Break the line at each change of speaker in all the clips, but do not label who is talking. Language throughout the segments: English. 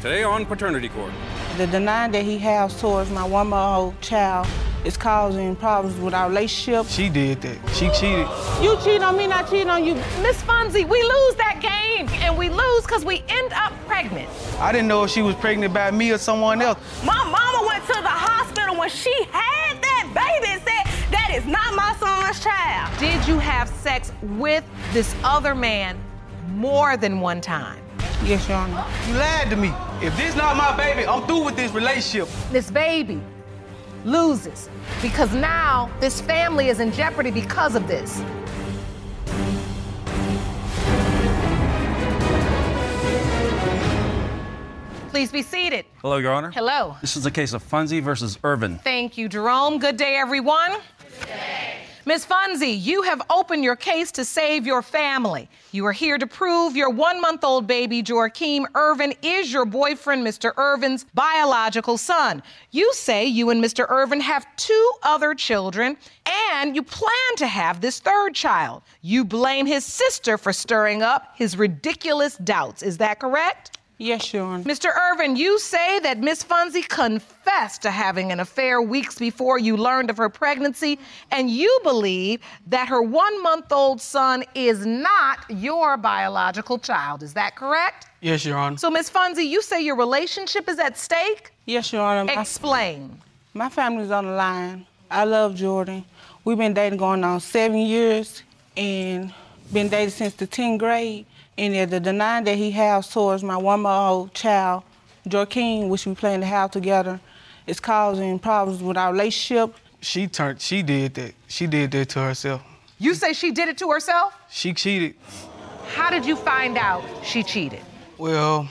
Today on Paternity Court.
The denying that he has towards my one-month-old child is causing problems with our relationship.
She did that. She cheated.
You cheat on me, and I cheat on you.
Miss Fonzie, we lose that game, and we lose because we end up pregnant.
I didn't know if she was pregnant by me or someone else.
My mama went to the hospital when she had that baby and said, That is not my son's child. Did you have sex with this other man more than one time?
Yes, Your Honor.
You lied to me. If this not my baby, I'm through with this relationship.
This baby loses because now this family is in jeopardy because of this. Please be seated.
Hello, Your Honor.
Hello.
This is a case of Funzi versus Irvin.
Thank you, Jerome. Good day, everyone. Ms. Funzi, you have opened your case to save your family. You are here to prove your one month old baby, Joaquim Irvin, is your boyfriend, Mr. Irvin's biological son. You say you and Mr. Irvin have two other children and you plan to have this third child. You blame his sister for stirring up his ridiculous doubts. Is that correct?
Yes, Your Honor.
Mr. Irvin, you say that Miss Funzie confessed to having an affair weeks before you learned of her pregnancy, and you believe that her one month old son is not your biological child. Is that correct?
Yes, Your Honor.
So, Miss Funzie, you say your relationship is at stake?
Yes, Your Honor. My,
Explain.
my family's on the line. I love Jordan. We've been dating going on seven years and been dating since the 10th grade. And the- the denying that he has towards my one-month-old child, Joaquin, which we plan to have together, is causing problems with our relationship.
She turned. She did that. She did that to herself.
You say she did it to herself?
She cheated.
How did you find out she cheated?
Well,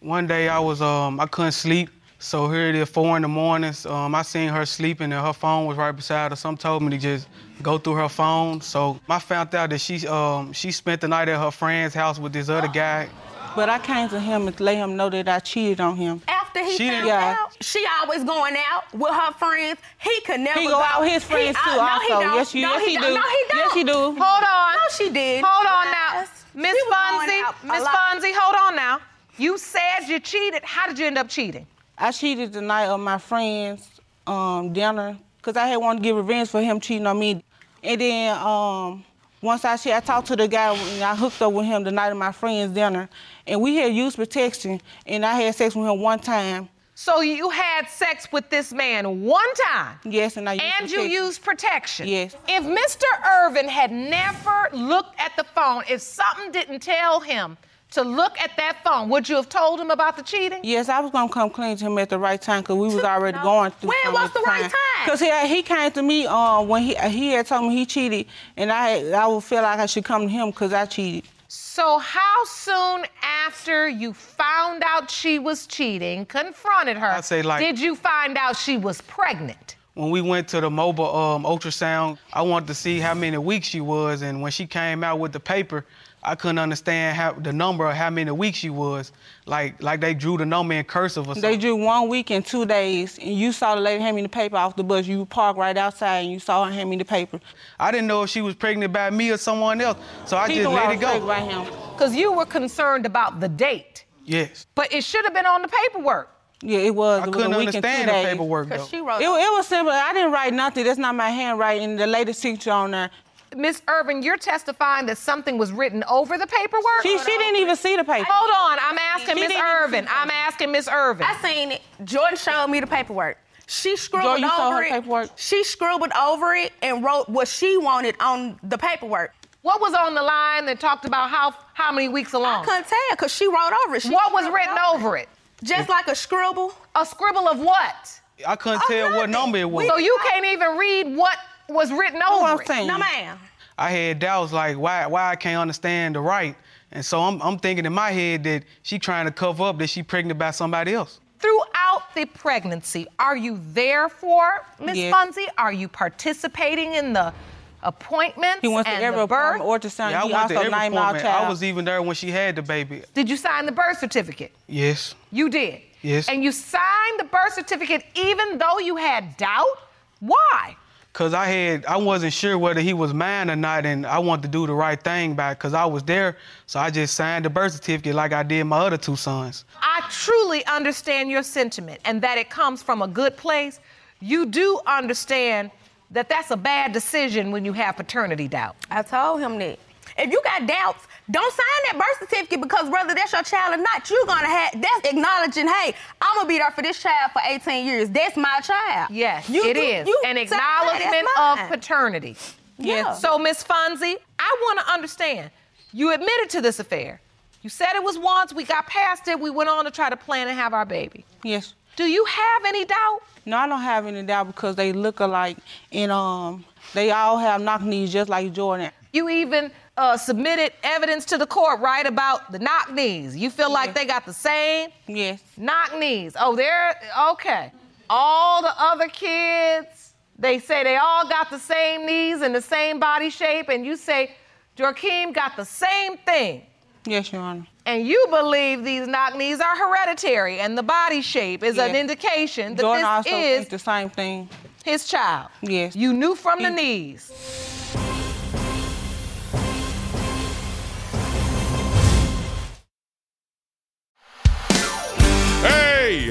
one day I was um I couldn't sleep. So here it is, four in the mornings. Um, I seen her sleeping and her phone was right beside her. Some told me to just go through her phone. So I found out that she um she spent the night at her friend's house with this other guy.
But I came to him and let him know that I cheated on him.
after he
She
found
didn't-
Yeah.
out, she always going out with her friends. He could never.
He
go
go out with his
He
friends
out-
too. also,
no, he don't.
yes, you,
no,
yes,
he,
he, do.
don't. No, he don't.
Yes, he do.
Hold on.
No, she did.
Hold on now.
Yes.
Miss
She was going
Fonzie,
out a
Miss
lot.
Fonzie, hold on now. You said you cheated. How did you end up cheating?
I cheated the night of my friend's um, dinner because I had wanted to get revenge for him cheating on me. And then um, once I cheated, I talked to the guy and I hooked up with him the night of my friend's dinner. And we had used protection and I had sex with him one time.
So you had sex with this man one time.
Yes, and I used
And you
protection.
used protection.
Yes.
If Mr. Irvin had never looked at the phone, if something didn't tell him to look at that phone, would you have told him about the cheating?
Yes, I was gonna come clean to him at the right time because we was already going through.
When was the right time?
Because he had- he came to me um, when he he had told me he cheated, and I had- I would feel like I should come to him because I cheated.
So how soon after you found out she was cheating, confronted her,
I'd say like-
did you find out she was pregnant?
when we went to the mobile um, ultrasound, I wanted to see how many weeks she was, and when she came out with the paper, I couldn't understand how the number of how many weeks she was. Like like they drew the number in cursive or something.
They drew one week and two days, and you saw the lady hand me the paper off the bus. You parked right outside, and you saw her hand me the paper.
I didn't know if she was pregnant by me or someone else, so I
He
just
knew
let
I
it
was pregnant
go.
by him.
Because you were concerned about the date,
Yes,
but it should have been on the paperwork.
Yeah, it was.
I
it was
couldn't
a week and two
understand the
days.
paperwork though.
Cause she
It,
wrote.
it was simple. I didn't write nothing. That's not my handwriting. The lady signature on there.
Miss Irvin, you're testifying that something was written over the paperwork?
She, she didn't even see the paper.
Hold on, I'm asking
She didn't
Miss
even
Irvin.
see
I'm asking Miss Irvin.
I seen it. Jordan showed me the paperwork. She scribbled
Jordan, you
over
saw her
it.
paperwork?
She scribbled over it and wrote what she wanted on the paperwork.
What was on the line that talked about how how many weeks
I
along?
couldn't tell because she wrote over it. She
What was
scribbled
written over it?
Just like a scribble.
A scribble of what?
I couldn't
Oh,
tell what
nothing.
number it was.
So you can't even read what was written over
what I'm
it.
saying.
No, ma'am.
I had doubts like why why I can't understand the right. And so I'm, I'm thinking in my head that she trying to cover up that she pregnant by somebody else.
Throughout the pregnancy, are you there for Miss
Yes.
Funzie? Are you participating in the appointments
He went to
and
every
the birth?
appointment, ultrasound.
Yeah, I
he
went to
also
every
named our
appointment.
child.
I was even there when she had the baby.
Did you sign the birth certificate?
Yes.
You did.
Yes.
And you signed the birth certificate even though you had doubt? Why?
Cause I had I wasn't sure whether he was mine or not, and I wanted to do the right thing by cause I was there. So I just signed the birth certificate like I did my other two sons.
I truly understand your sentiment and that it comes from a good place. You do understand that that's a bad decision when you have paternity doubt.
I told him that. If you got doubts, don't sign that birth certificate because whether that's your child or not, you're gonna have that's acknowledging, hey, I'm gonna be there for this child for 18 years. That's my child.
Yes,
You-
it
you-
is
you
an
saying, "Hey,
acknowledgement
that's
of
mine."
paternity.
Yeah.
So, Miss Fonzie, I want to understand. You admitted to this affair. You said it was once. We got past it. We went on to try to plan and have our baby.
yes.
Do you have any doubt?
No, I don't have any doubt because they look alike, and um, they all have knock knees just like Jordan.
You even uh, submitted evidence to the court, right, about the knock knees. You feel like
Yeah.
they got the same
Yes.
knock knees. Oh, they're okay. All the other kids, they say they all got the same knees and the same body shape, and you say Joaquin got the same thing.
Yes, Your Honor.
And you believe these knock knees are hereditary, and the body shape is an
Yeah.
indication that
Jordan
this
also
is
thinks the same thing.
his child.
Yes.
You knew from the
He-
knees.
Hey,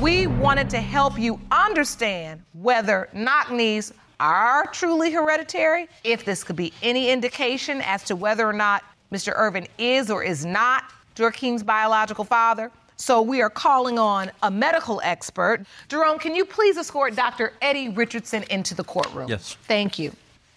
We wanted to help you understand whether knock knees are truly hereditary, if this could be any indication as to whether or not Mr. Irvin is or is not Joaquin's biological father. So we are calling on a medical expert. Jerome, can you please escort Dr. Eddie Richardson into the courtroom?
Yes.
Thank you.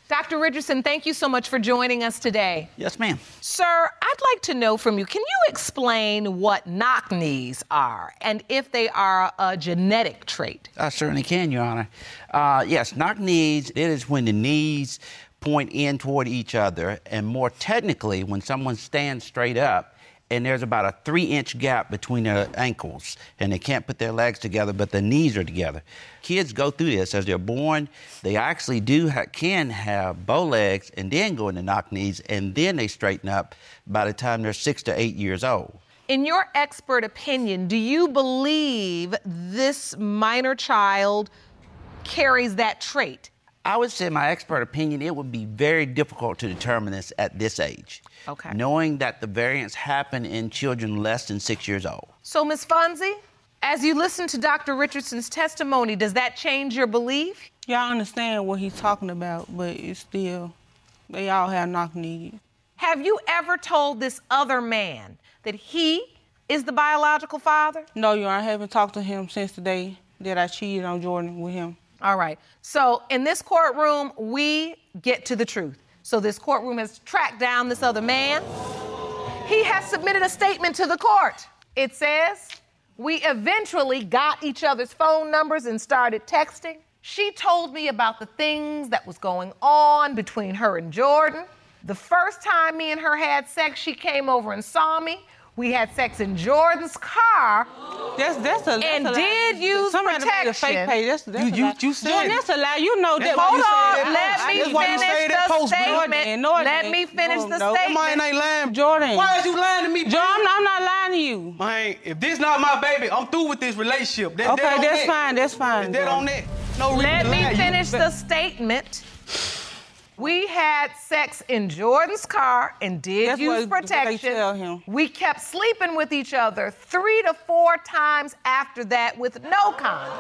Dr. Richardson, thank you so much for joining us today.
Yes, ma'am.
Sir, I'd like to know from you can you explain what knock knees are and if they are a genetic trait?
I certainly can, Your Honor. Uh, yes, knock knees, it is when the knees point in toward each other, and more technically, when someone stands straight up and there's about a three inch gap between their ankles and they can't put their legs together, but their knees are together. Kids go through this as they're born. They actually do ha- can have bow legs and then go into knock knees, and then they straighten up by the time they're six to eight years old.
In your expert opinion, do you believe this minor child carries that trait?
I would say, in my expert opinion, it would be very difficult to determine this at this age.
Okay.
Knowing that the variants happen in children less than six years old.
So, Ms. Fonzie, as you listen to Dr. Richardson's testimony, does that change your belief?
Y'all understand what he's talking about, but it's still, they all have knock knees.
Have you ever told this other man that he is the biological father?
No, Your Honor, I haven't talked to him since the day that I cheated on Jordan with him.
All right. So in this courtroom, we get to the truth. So this courtroom has tracked down this other man. He has submitted a statement to the court. It says, We eventually got each other's phone numbers and started texting. She told me about the things that was going on between her and Jordan. The first time me and her had sex, she came over and saw me. We had sex in Jordan's car.
That's that's a that's
And
a lie.
did use
Somebody made a
protection.
fake page. That's, that's
You-
a
you-
lie.
you said
Jordan,
it.
that's a lie. You know
That's
that.
why
Hold
you said
on,
that
let
post.
me
That's why you
finish
said that
the
post, bro.
statement.
No, it
Let
ain't.
me finish
No,
the
no.
statement.
Mine ain't lying.
Jordan.
Why is you lying to me?
Jordan, I'm not lying to you.
Man, if this not my baby, I'm through with this relationship. That,
Okay,
that on
that's
that.
fine, that's fine,
Is that
bro.
on that? No reason
Let
to
me
lie. You-
finish
but-
the statement. We had sex in Jordan's car and did
That's
use
what- what they
protection.
tell him.
We kept sleeping with each other three to four times after that with no condom.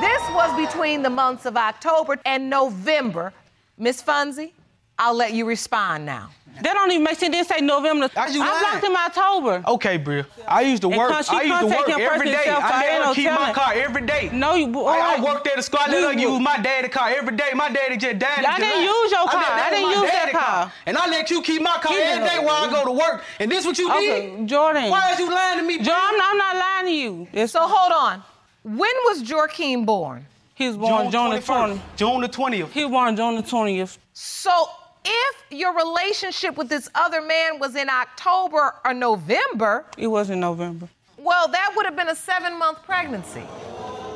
This was between the months of October and November. Miss Funzy, I'll let you respond now.
That don't even make sense. They say November.
Are you
I
lying? Oh.
blocked him October.
Okay, Bria. I used to
And
work.
con- she
I used to
contact
work
him
every
personally
day.
herself, so
I
ain't
let
no
her keep my
telling.
car every day.
No, you- all
I, I
right.
worked at a squad. Let her
We-
use my daddy car every day. My daddy just died. in
I didn't
July.
use your car.
let
I
her
didn't
my
use that
daddy
car.
And I let you keep my car
You
every
didn't.
day while I go to work. And this what you
Okay,
did?
Jordan.
Why is you lying to me?
Jordan, I'm not, I'm not lying to you. It's,
So hold on. When was Jorkeem born?
he was born June the
21st.
20th.
June the 20th.
He was born June the 20th.
So if your relationship with this other man was in October or November,
It was in November.
Well, that would have been a seven month pregnancy.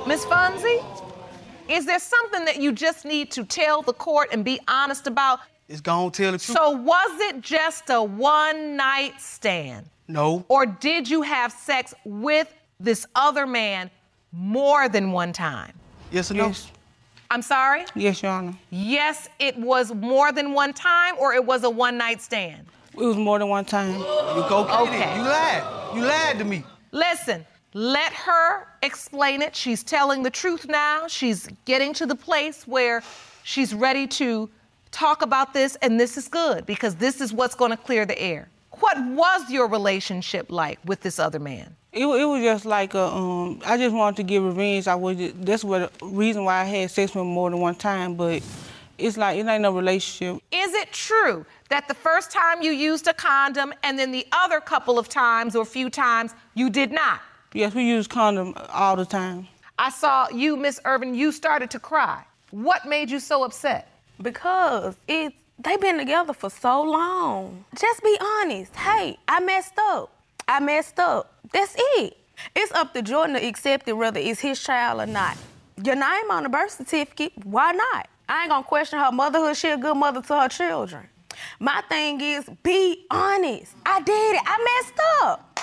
Miss Fonzie, is there something that you just need to tell the court and be honest about?
It's gonna tell the truth.
So, was it just a one night stand?
no.
Or did you have sex with this other man more than one time?
Yes or no?
Yes.
I'm sorry?
Yes, Your Honor.
Yes, it was more than one time, or it was a one night stand?
It was more than one time.
You go get
Okay.
it. You lied. You lied to me.
Listen, let her explain it. She's telling the truth now. She's getting to the place where she's ready to talk about this, and this is good because this is what's going to clear the air. What was your relationship like with this other man?
It, wa- it was just like a, um, I just wanted to get revenge. I was ju- that's what the reason why I had sex with him more than one time. But it's like it ain't no relationship.
Is it true that the first time you used a condom and then the other couple of times or few times you did not?
Yes, we use condom all the time.
I saw you, Miss Irvin, you started to cry. What made you so upset?
Because it they been together for so long. Just be honest. Hey, I messed up. I messed up. That's it. It's up to Jordan to accept it whether it's his child or not. Your name on the birth certificate, why not? I ain't gonna question her motherhood. She a good mother to her children. My thing is, be honest. I did it. I messed up.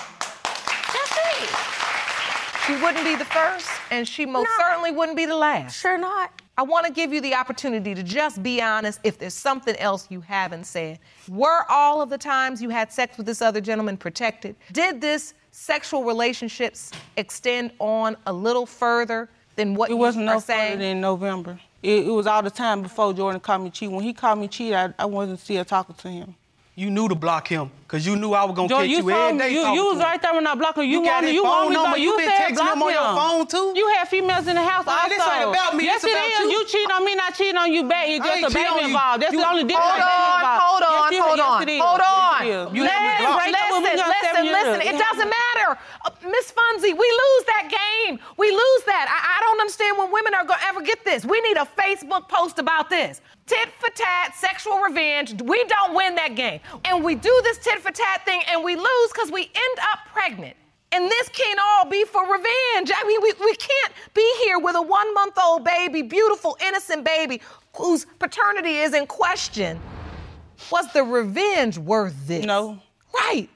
That's it.
She wouldn't be the first, and she most
No.
certainly wouldn't be the last.
Sure not.
I want to give you the opportunity to just be honest if there's something else you haven't said. Were all of the times you had sex with this other gentleman protected? Did this sexual relationships extend on a little further than what
It
you
wasn't no
are
further
saying?
than November. It, it was all the time before Jordan called me cheat. When he called me cheat, I, I wasn't still talking to him.
You knew to block him, cause you knew I was gonna
Jordan,
catch you,
you
every
told
day.
me you,
talking
you
to
was
him.
right there when I blocked him. You,
got
wanted
his
you
phone
wanted me,
number.
but
You
you,
been
said
texting
block
him on your
him.
phone, too?
You had females in the house
Man,
also.
this ain't about me,
Yes,
this about
it is.
you.
cheat on me, not cheating on you, babe. It's
I ain't
just a
cheat on
baby
you.
involved. That's
You-
the only difference.
Hold on, hold on,
yes,
hold
it, Yes,
on,
it is.
hold
Yes,
on.
it is.
You had me
Listen,
blocked.
Right there when we got
listen,
seven years
listen,
old.
listen. It
It
doesn't matter. Uh, Miss Funzy, we lose that game. We lose that. I, I don't understand when women are going to ever get this. We need a Facebook post about this. Tit for tat, sexual revenge. We don't win that game. And we do this tit for tat thing and we lose because we end up pregnant. And this can't all be for revenge. I mean, we, we can't be here with a one month old baby, beautiful, innocent baby, whose paternity is in question. Was the revenge worth this?
No.
Right.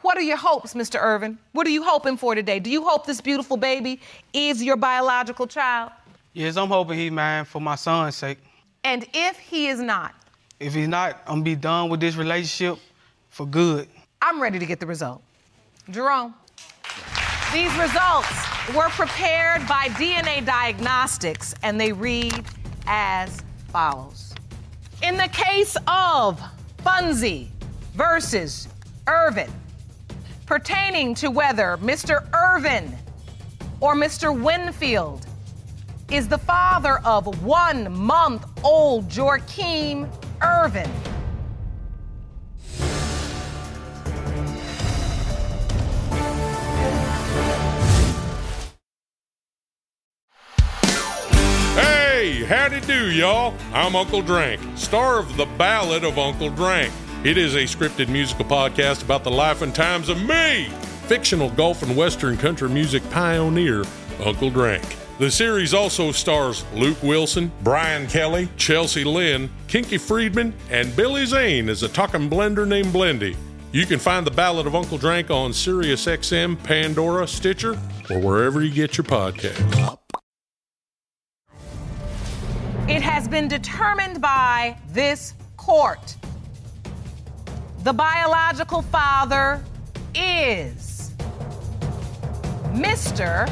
What are your hopes, Mr. Irvin? What are you hoping for today? Do you hope this beautiful baby is your biological child?
Yes, I'm hoping he mine for my son's sake.
And if he is not,
If he's not, I'm gonna be done with this relationship for good.
I'm ready to get the result. Jerome, these results were prepared by DNA Diagnostics and they read as follows. In the case of Funzi versus Irvin, pertaining to whether Mr. Irvin or Mr. Winfield is the father of one month old Jorkeem Irvin.
Hey, howdy do, y'all. I'm Uncle Drank, star of The Ballad of Uncle Drank. It is a scripted musical podcast about the life and times of me, fictional golf and western country music pioneer, Uncle Drank. The series also stars Luke Wilson, Brian Kelly, Chelsea Lynn, Kinky Friedman, and Billy Zane as a talking blender named Blendy. You can find The Ballad of Uncle Drank on SiriusXM, Pandora, Stitcher, or wherever you get your podcasts.
It has been determined by this court. The biological father is Mr.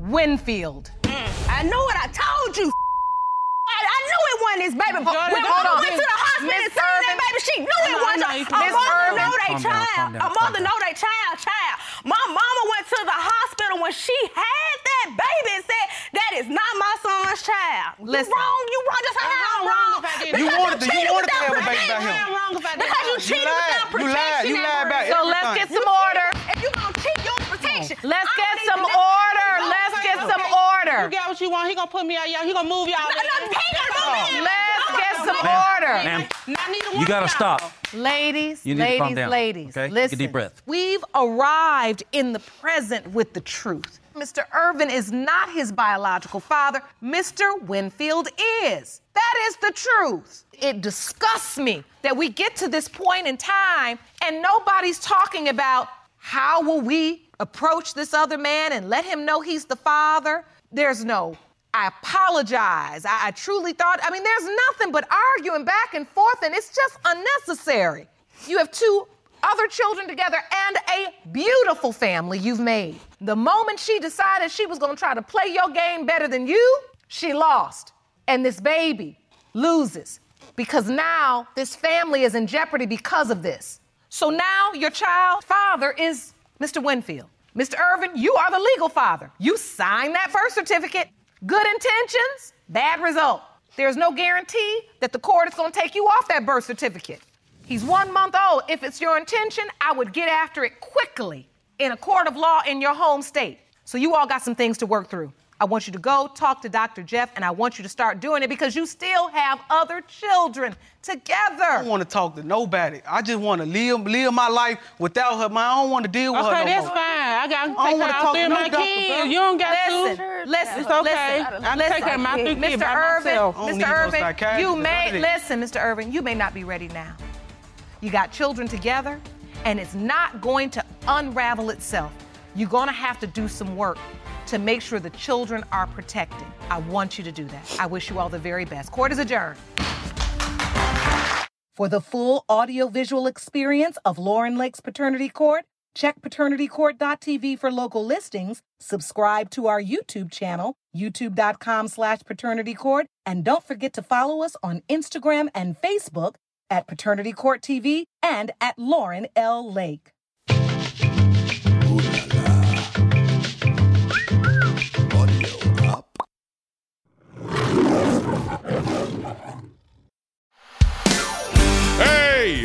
Winfield.
I knew it. I told you. I, I knew it wasn't his baby. But
Jordan,
when
hold
mama
on.
went to the hospital and
Miss
seen that
Irvin.
baby, she knew it
No,
wasn't.
no,
A
Miss
mother
Irvin.
know they
Calm down,
child.
calm
A
down, calm
mother
down.
know they child, child. My mama went to the hospital when she had that baby and said, that is not my son's child.
Listen.
You wrong, you wrong. Just how
And
I'm
how
wrong.
wrong if I didn't?
Because
You wanted to- you
cheated
wanted to
without
have a baby by
protection.
him.
How wrong if I didn't?
Because you
You
cheated
lied.
without
You
protection.
lied. You lied about
So let's get
everything.
some order.
If you gonna cheat, you don't protection.
Let's
I
get
don't
some
even listen to you.
order.
Don't
Let's
say
get
no.
some
You
order.
got what you want. He gonna put me out, y'all. He gonna move y'all.
No, no, he ain't gonna move me.
Let's get some
Ma'am.
order.
Ma'am,
Not neither one
you
of
gotta
y'all.
stop.
Ladies,
You need to
ladies,
calm down,
ladies.
okay? Take a
Listen,
deep breath.
We've arrived in the present with the truth. Mr. Irvin is not his biological father. Mr. Winfield is. That is the truth. It disgusts me that we get to this point in time and nobody's talking about how will we approach this other man and let him know he's the father. There's no I apologize. I, I truly thought, I mean, there's nothing but arguing back and forth, and it's just unnecessary. You have two other children together and a beautiful family you've made. The moment she decided she was gonna try to play your game better than you, she lost. And this baby loses because now this family is in jeopardy because of this. So now your child's father is Mr. Winfield. Mr. Irvin, you are the legal father. You signed that birth certificate. Good intentions, bad result. There's no guarantee that the court is going to take you off that birth certificate. He's one month old. If it's your intention, I would get after it quickly in a court of law in your home state. So you all got some things to work through. I want you to go talk to Dr. Jeff, and I want you to start doing it because you still have other children
I
together.
don't want to talk to nobody. I just want to live live my life without her. Man, I don't want to deal with her
Okay,
no
that's
more.
fine. I got
I
to take
don't wanna
care of
talk
all three
to
of
no
my
doctor,
kids.
bro.
You don't got to.
Listen, listen,
It's okay. I
listen,
can take
listen.
care of my three kids
Mr.
by myself.
I don't
Irvin,
need no
Mr. Irvin,
psychiatrist
you
or
may
nothing.
listen, Mr. Irvin, you may not be ready now. You got children together, and it's not going to unravel itself. You're gonna have to do some work to make sure the children are protected. I want you to do that. I wish you all the very best. Court is adjourned.
For the full audiovisual experience of Lauren Lake's Paternity Court, check paternitycourt.tv for local listings, subscribe to our YouTube channel, youtube.com slash paternitycourt, and don't forget to follow us on Instagram and Facebook at Paternity Court TV and at Lauren L. Lake.
Hey,